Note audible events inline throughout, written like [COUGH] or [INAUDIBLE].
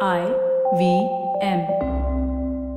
I V M.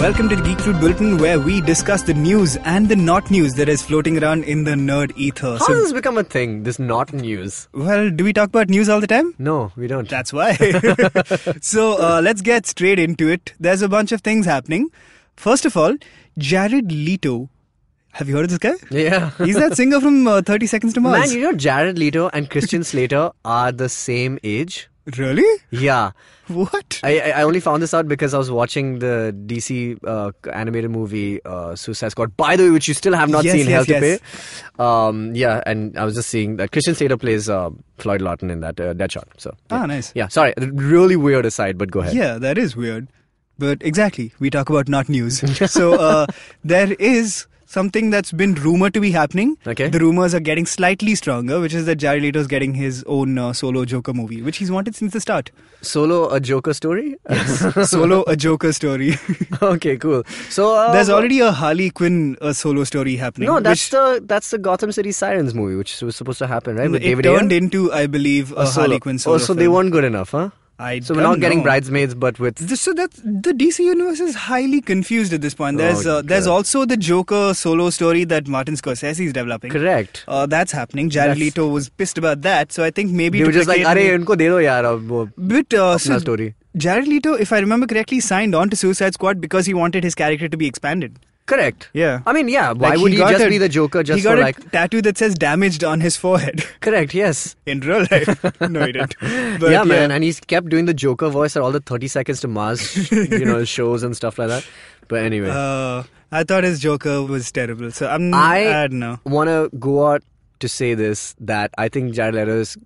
Welcome to the Geek Fruit Bulletin, where we discuss the news and the not news that is floating around in the nerd ether. How So, does this become a thing? This not news. well, do we talk about news all the time? No, we don't. That's why. so, uh, let's get straight into it. There's a bunch of things happening. First of all, Jared Leto. Have you heard of this guy? [LAUGHS] yeah. He's that singer from uh, 30 Seconds to Mars. Man, you know Jared Leto and [LAUGHS] Christian Slater are the same age. Really? Yeah, What? I I I only found this out because I was watching the DC uh, animated movie uh, Suicide Squad. By the way, which you still have not Yes, seen, yes, Hell yes. to Pay. Um, yeah, and I was just seeing that Christian Slater plays uh, Floyd Lawton in that uh, Deadshot. So yeah. Ah, nice. yeah, sorry, really weird aside, but go ahead. [LAUGHS] Yeah, that is weird. But exactly, we talk about not [LAUGHS] news. so uh, there is something that's been rumored to be happening. Okay. The rumors are getting slightly stronger, which is that Jared Leto's getting his own uh, solo Joker movie, which he's wanted since the [LAUGHS] start. Solo a Joker story. solo a Joker story. [LAUGHS] [LAUGHS] okay, cool. So uh, There's already a Harley Quinn uh, solo story happening. No, that's which the that's the Gotham City Sirens movie, which was supposed to happen, right? With it David turned Ayer? into, I believe, a, solo. Harley Quinn solo. Oh, so they film. weren't good enough, huh? I so we're don't not getting know. bridesmaids, but with Th- So that the DC universe is highly confused at this point. There's Oh, uh, there's God. also the Joker solo story that Martin Scorsese is developing. correct. Uh, that's happening. Jared That's- Leto was pissed about that, so I think maybe They were to just like, placate "Arey, me- unko de do yaar ab wo But uh, so apna story." Jared Leto, if I remember correctly, signed on to Suicide Squad because he wanted his character to be expanded. Correct. Yeah. I mean, yeah. Why Like, would he, got just a- be the Joker? Just he got for a like. tattoo that says "damaged" on his forehead [LAUGHS] Correct. Yes. in real life. [LAUGHS] no, he didn't. But, yeah, man. And he's kept doing the Joker voice at all the 30 seconds to Mars, [LAUGHS] you know, shows and stuff like that. But anyway. Uh, I thought his Joker was terrible, so I'm. I, Mm, I don't know. want to go out to say this that I think Jared Leto is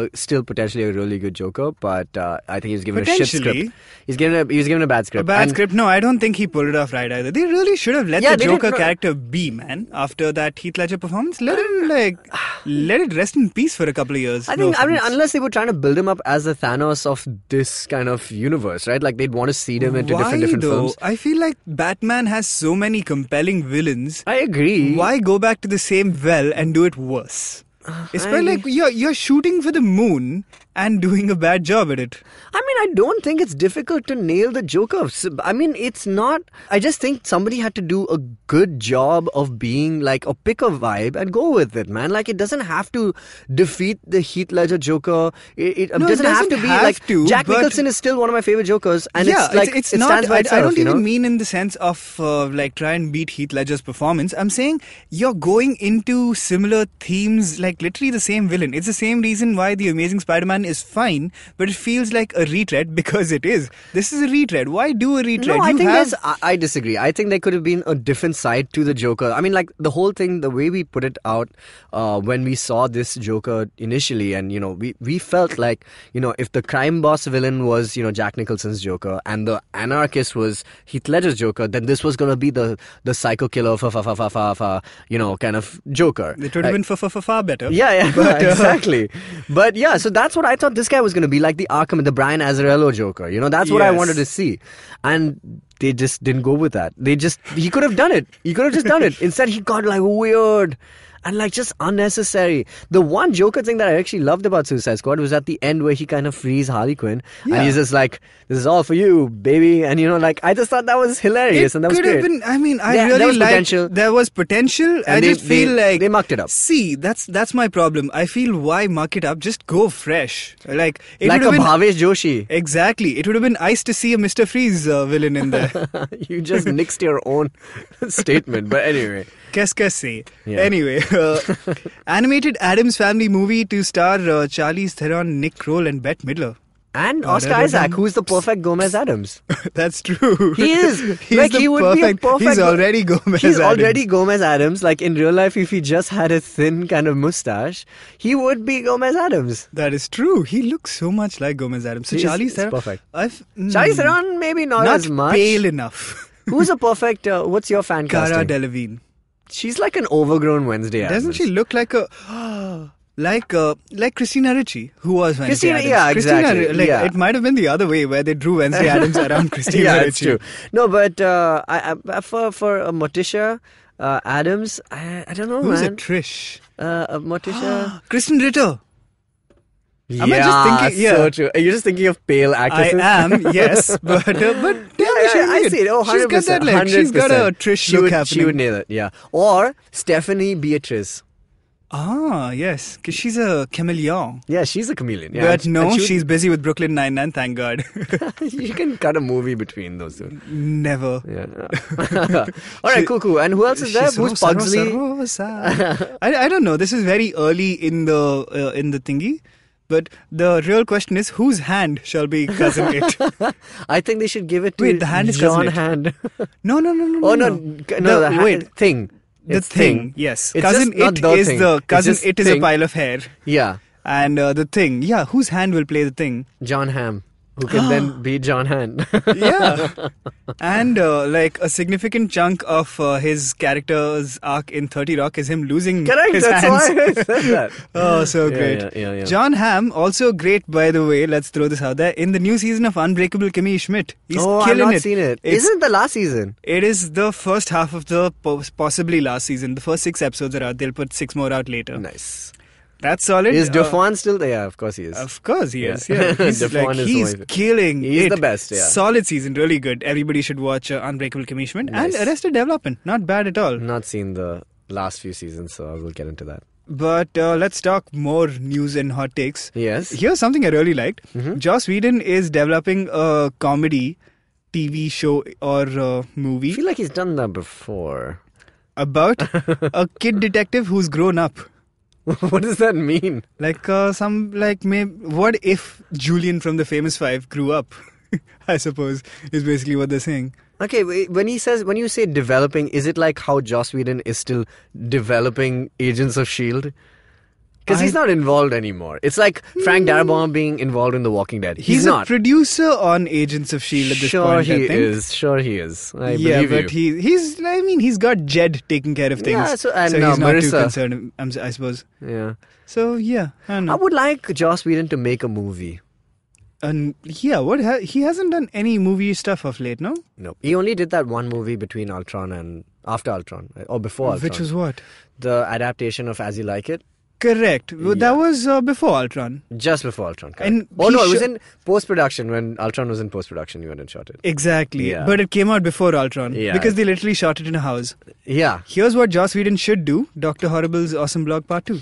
uh, still potentially a really good Joker, but uh, I think he's given a shit Potentially. script. He's given a he was given a bad script. A bad And script? No, I don't think he pulled it off right either. They really should have let Yeah, the they didn't- Joker no. character be, man. After that Heath Ledger performance, let it like let it rest in peace for a couple of years. I No think I mean offense. unless they were trying to build him up as the Thanos of this kind of universe, right? Like they'd want to seed him into Why different different though? films. I feel like Batman has so many compelling villains. I agree. Why go back to the same well and do it worse? It's quite like you're you're shooting for the moon and doing a bad job at it. I mean, I don't think it's difficult to nail the Joker. S- I mean, it's not. I just think somebody had to do a good job of being like, or pick a vibe and go with it, man. Like, it doesn't have to defeat the Heath Ledger Joker. It, it, No, it doesn't have to doesn't be have like. to, Jack but- Nicholson is still one of my favorite Jokers, and yeah, it's like it not. stands by I, itself. I don't you even know? mean in the sense of uh, like try and beat Heath Ledger's performance. I'm saying you're going into similar themes, like literally the same villain. It's the same reason why the Amazing Spider-Man is fine, but it feels like a retread [LAUGHS] because it is. This is a retread. Why do a retread? No, I You think have- there's. I, I disagree. I think there could have been a different side to the Joker. I mean, like the whole thing, the way we put it out uh, when we saw this Joker initially, and you know, we we felt like you know, if the crime boss villain was you know Jack Nicholson's Joker and the anarchist was Heath Ledger's Joker, then this was gonna be the the psycho killer, fa fa fa fa fa fa, you know, kind of Joker. It would have Uh, been far, far, far, far better. yeah, [LAUGHS] yeah, [LAUGHS] uh, exactly. But yeah, so that's what I thought this guy was going to be like the Arkham, the Brian Azarello Joker. You know, that's what I Yes. wanted to see, and they just didn't go with that. They just he could have done it. He could have just [LAUGHS] done it. Instead, he got like weird and like just unnecessary. The one Joker thing that I actually loved about Suicide Squad was at the end where he kind of frees Harley Quinn, and he's just like, "This is all for you, baby," and you know, like I just thought that was It hilarious, and that was could great. have been. I mean, I Yeah, there really was liked- potential. There was potential. I they- just they- feel like they mucked it up. See, that's that's my problem. I feel why muck it up? Just go fresh. Like it like would a have been Bhavesh Joshi. Exactly. It would have been nice to see a Mr. Freeze uh, villain in [LAUGHS] there. you just nixed your own statement. But anyway, Qu'est-ce que c'est? Yeah. Anyway, uh, [LAUGHS] animated Adams Family movie to star uh, Charlize Theron, Nick Kroll, and Bette Midler. [LAUGHS] and Ba-da-da-dum. Oscar Isaac, who's the perfect [LAUGHS] Gomez Adams. That's true. He [LAUGHS] is. he's Like, the he would be a perfect, perfect- He's already [LAUGHS] Gomez. He's Adams. already Gomez Adams. Like in real life, if he just had a thin kind of mustache, he would be Gomez Adams. That is true. He looks so much like Gomez Adams. So He's- Charlize he's Theron. perfect. I've, mm, Charlize Theron, maybe not, not as much. pale enough. [LAUGHS] Who's a perfect? Uh, what's your fan Cara casting? Delevingne. She's like an overgrown Wednesday. Doesn't Addams. she look like a? [GASPS] like uh, like Christina Ricci, who was Wednesday Christina- Addams. yeah, exactly, Christina, like, yeah. It might have been the other way where they drew [LAUGHS] Wednesday Adams around Christina [LAUGHS] yeah, Ricci. it's true. No, but uh, I, I for for uh, Morticia uh, Adams, I, I don't know, Who's a man. Trish? [GASPS] Uh, uh, Morticia. [GASPS] Kristen Ritter. yeah, Am I just thinking- yeah. so true. Are you just thinking of pale I actresses? [LAUGHS] am, yes, but uh, but damn, Yeah, yeah, is she I good. see it. Oh, 100%, she's got that look. She's got a 100%. Trish she look would, happening. She would nail it, yeah. Or Stephanie Beatrice. Ah, yes, 'cause she's a chameleon. Yeah, she's a chameleon. Yeah. But no, And she she's busy with Brooklyn Nine Nine. Thank God. [LAUGHS] would- [LAUGHS] you can cut a movie between those two. Never. [LAUGHS] Yeah. [LAUGHS] All right, cool, cool. And who else is there? She's Who's Sarva, Pugsley? Sarva, Sarva. I, I don't know. This is very early in the uh, in the thingy, but the real question is whose hand shall be cousin it? [LAUGHS] I think they should give it to Wait, the hand is John cousin it. Hand. [LAUGHS] No, no, no, no. oh no, no, g- no, the, The- hand, wait. thing. The It's thing, yes. It's cousin just not it the is thing. the It's cousin. just It is a thing. pile of hair, Yeah, and uh, the thing. Yeah, whose hand will play the thing? John Ham, who [GASPS] can then be John Hand. [LAUGHS] Yeah, [LAUGHS] and uh, like a significant chunk of uh, his character's arc in Thirty Rock is him losing Correct. his That's hands. why I said [LAUGHS] that. [LAUGHS] Oh, so Yeah, great. yeah, yeah, yeah. John Hamm, also great, by the way. Let's throw this out there. In the new season of Unbreakable Kimmy Schmidt, he's oh, I've killing not it. seen it. It's, Isn't it the last season? it is the first half of the po- possibly last season. The first six episodes are out. They'll put six more out later. Nice. That's solid. Is Uh, Dauphin still there? Of course he is. Of course, he Yeah. is. Yeah, [LAUGHS] he's Daphne like, is he's amazing. killing. He's it. the best, yeah. solid season, really good. Everybody should watch uh, Unbreakable Kimmy Schmidt Nice. and Arrested Development. Not bad at all. I've not seen the last few seasons, so I will get into that. But uh, let's talk more news and hot takes. Yes. Mm-hmm. Here's something I really liked. Joss Whedon is developing a comedy TV show or uh, I movie feel like he's done that before. [LAUGHS] about a kid detective who's grown up. what does that mean? Like uh, some like may what if Julian from the Famous Five grew up? [LAUGHS] I suppose is basically what they're saying. Okay, wait, when he says when you say developing, is it like how Joss Whedon is still developing Agents of Shield? Because he's I- Hmm. not involved anymore. It's like Frank Darabont being involved in The Walking Dead. He's, He's, a not. producer on Agents of Shield at this sure point. he I think. is. Sure he is. I yeah, believe but you. he he's I mean he's got Jed taking care of things, Yeah, so- and, uh, he's not too Marissa. concerned. I'm, si suppose. yeah. So yeah, I don't know. I would like Joss Whedon to make a movie. And yeah, what ha- he hasn't done any movie stuff of late, no? No, he only did that one movie between Ultron and after Ultron uh, or before Ultron, Which was what? the adaptation of As You Like It, Correct. Well, That was uh, before Ultron. just before Ultron. correct. And oh he no, it was sho- in post production when Ultron was in post production. You went and shot it. Exactly. Yeah. But it came out before Ultron Yeah. because they literally shot it in a house. Yeah. Here's what Joss Whedon should do: Doctor Horrible's Awesome Blog Part [LAUGHS] Two.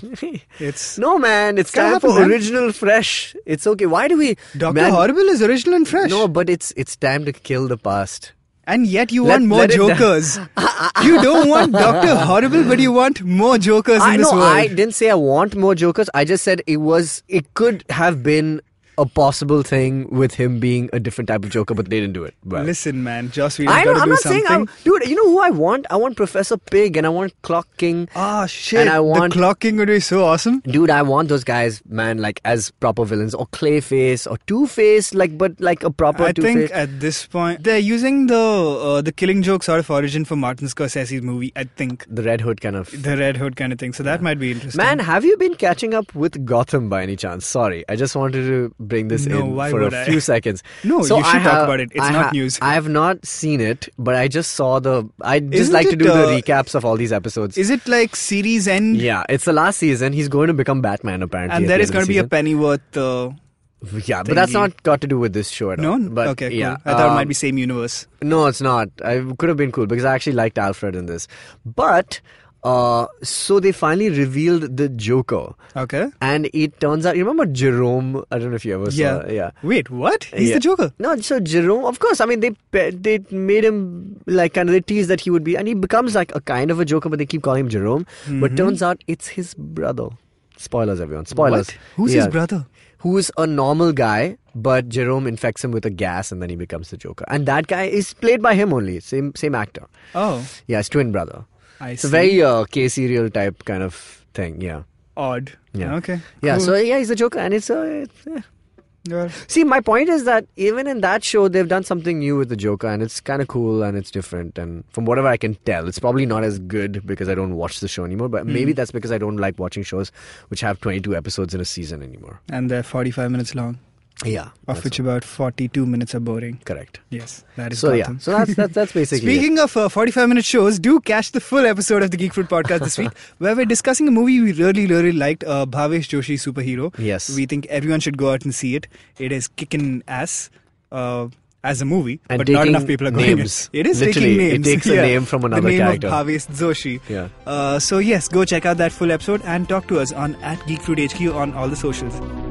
It's No man, it's Can time happen, for man. original fresh. It's okay. Why do we Doctor man, Horrible is original and fresh, No, but it's it's time to kill the past. and yet you Let- want more let it down. [LAUGHS] Jokers. [LAUGHS] you don't want Doctor Horrible, but you want more Jokers I in this know world. I didn't say I want more jokers. I just said it was it could have been a possible thing with him being a different type of joker, but they didn't do it. Well, Listen, man, Joss Whedon I know, got to I'm do not something. saying, I'm, dude. You know who I want? I want Professor Pig, and I want Clock King. Ah shit! And I want- the clocking would be so awesome. Dude, I want those guys, man, like as proper villains, or Clayface, or Two Face, like but like a proper I Two think Face. at this point they're using the uh, the Killing Joke sort of origin for Martin Scorsese's movie. I think The Red Hood kind of the Red Hood kind of thing. So that might be interesting. Man, have you been catching up with Gotham by any chance? Sorry, I just wanted to bring this No, in why for a would I? few seconds. [LAUGHS] No, you I should talk about it. It's I not news. I have not seen it, but I just saw the. I just Isn't like it, to do uh, the recaps of all these episodes. is it like series end? yeah, it's the last season. He's going to become Batman apparently. And at there the is end going of to the be a Pennyworth. Uh, season. yeah, but that's thingy. not got to do with this show at no, all. But okay, cool. yeah, I thought it um, might be same universe. No, it's not. I could have been cool because I actually liked Alfred in this, but uh, so they finally revealed the Joker. Okay. And it turns out, you remember Jerome? I don't know if you ever Yeah. saw. it. Yeah. Wait, what? He's Yeah. the Joker. No, so Jerome, of course. I mean, they pe- they made him like kind of they teased that he would be, and he becomes like a kind of a Joker, but they keep calling him Jerome. Mm-hmm. But turns out it's his brother. Spoilers, everyone. Spoilers. What? Who's Yeah. his brother? Who's a normal guy, but Jerome infects him with a gas, and then he becomes the Joker. And that guy is played by him only, same same actor. Oh, Yeah, his twin brother. I It's a see. very uh, K serial type kind of thing. Yeah. odd. Yeah. Okay. Yeah. cool. So yeah, he's the Joker, and it's a. Yeah. See, my point is that even in that show, they've done something new with the Joker, and it's kind of cool and it's different. And from whatever I can tell, it's probably not as good because I don't watch the show anymore. But maybe Hmm. that's because I don't like watching shows which have 22 episodes in a season anymore. And they're 45 minutes long, Yeah, of that's which about 42 minutes are boring. correct. Yes, that is So yeah, Gotham. so that's [LAUGHS] that's, that's basically. it. Speaking of uh, 45 minute shows, do catch the full episode of the Geek Fruit podcast this [LAUGHS] week where we're discussing a movie we really, really liked uh, Bhavesh Joshi Superhero. Yes. We think everyone should go out and see it. It is kicking ass uh, as a movie, And but not taking enough people are going. names. [LAUGHS] It is taking Literally, it names. takes a name from another The name character. of Bhavesh Joshi. Yeah. Uh, so, yes, go check out that full episode and talk to us on at Geek Fruit HQ on all the socials.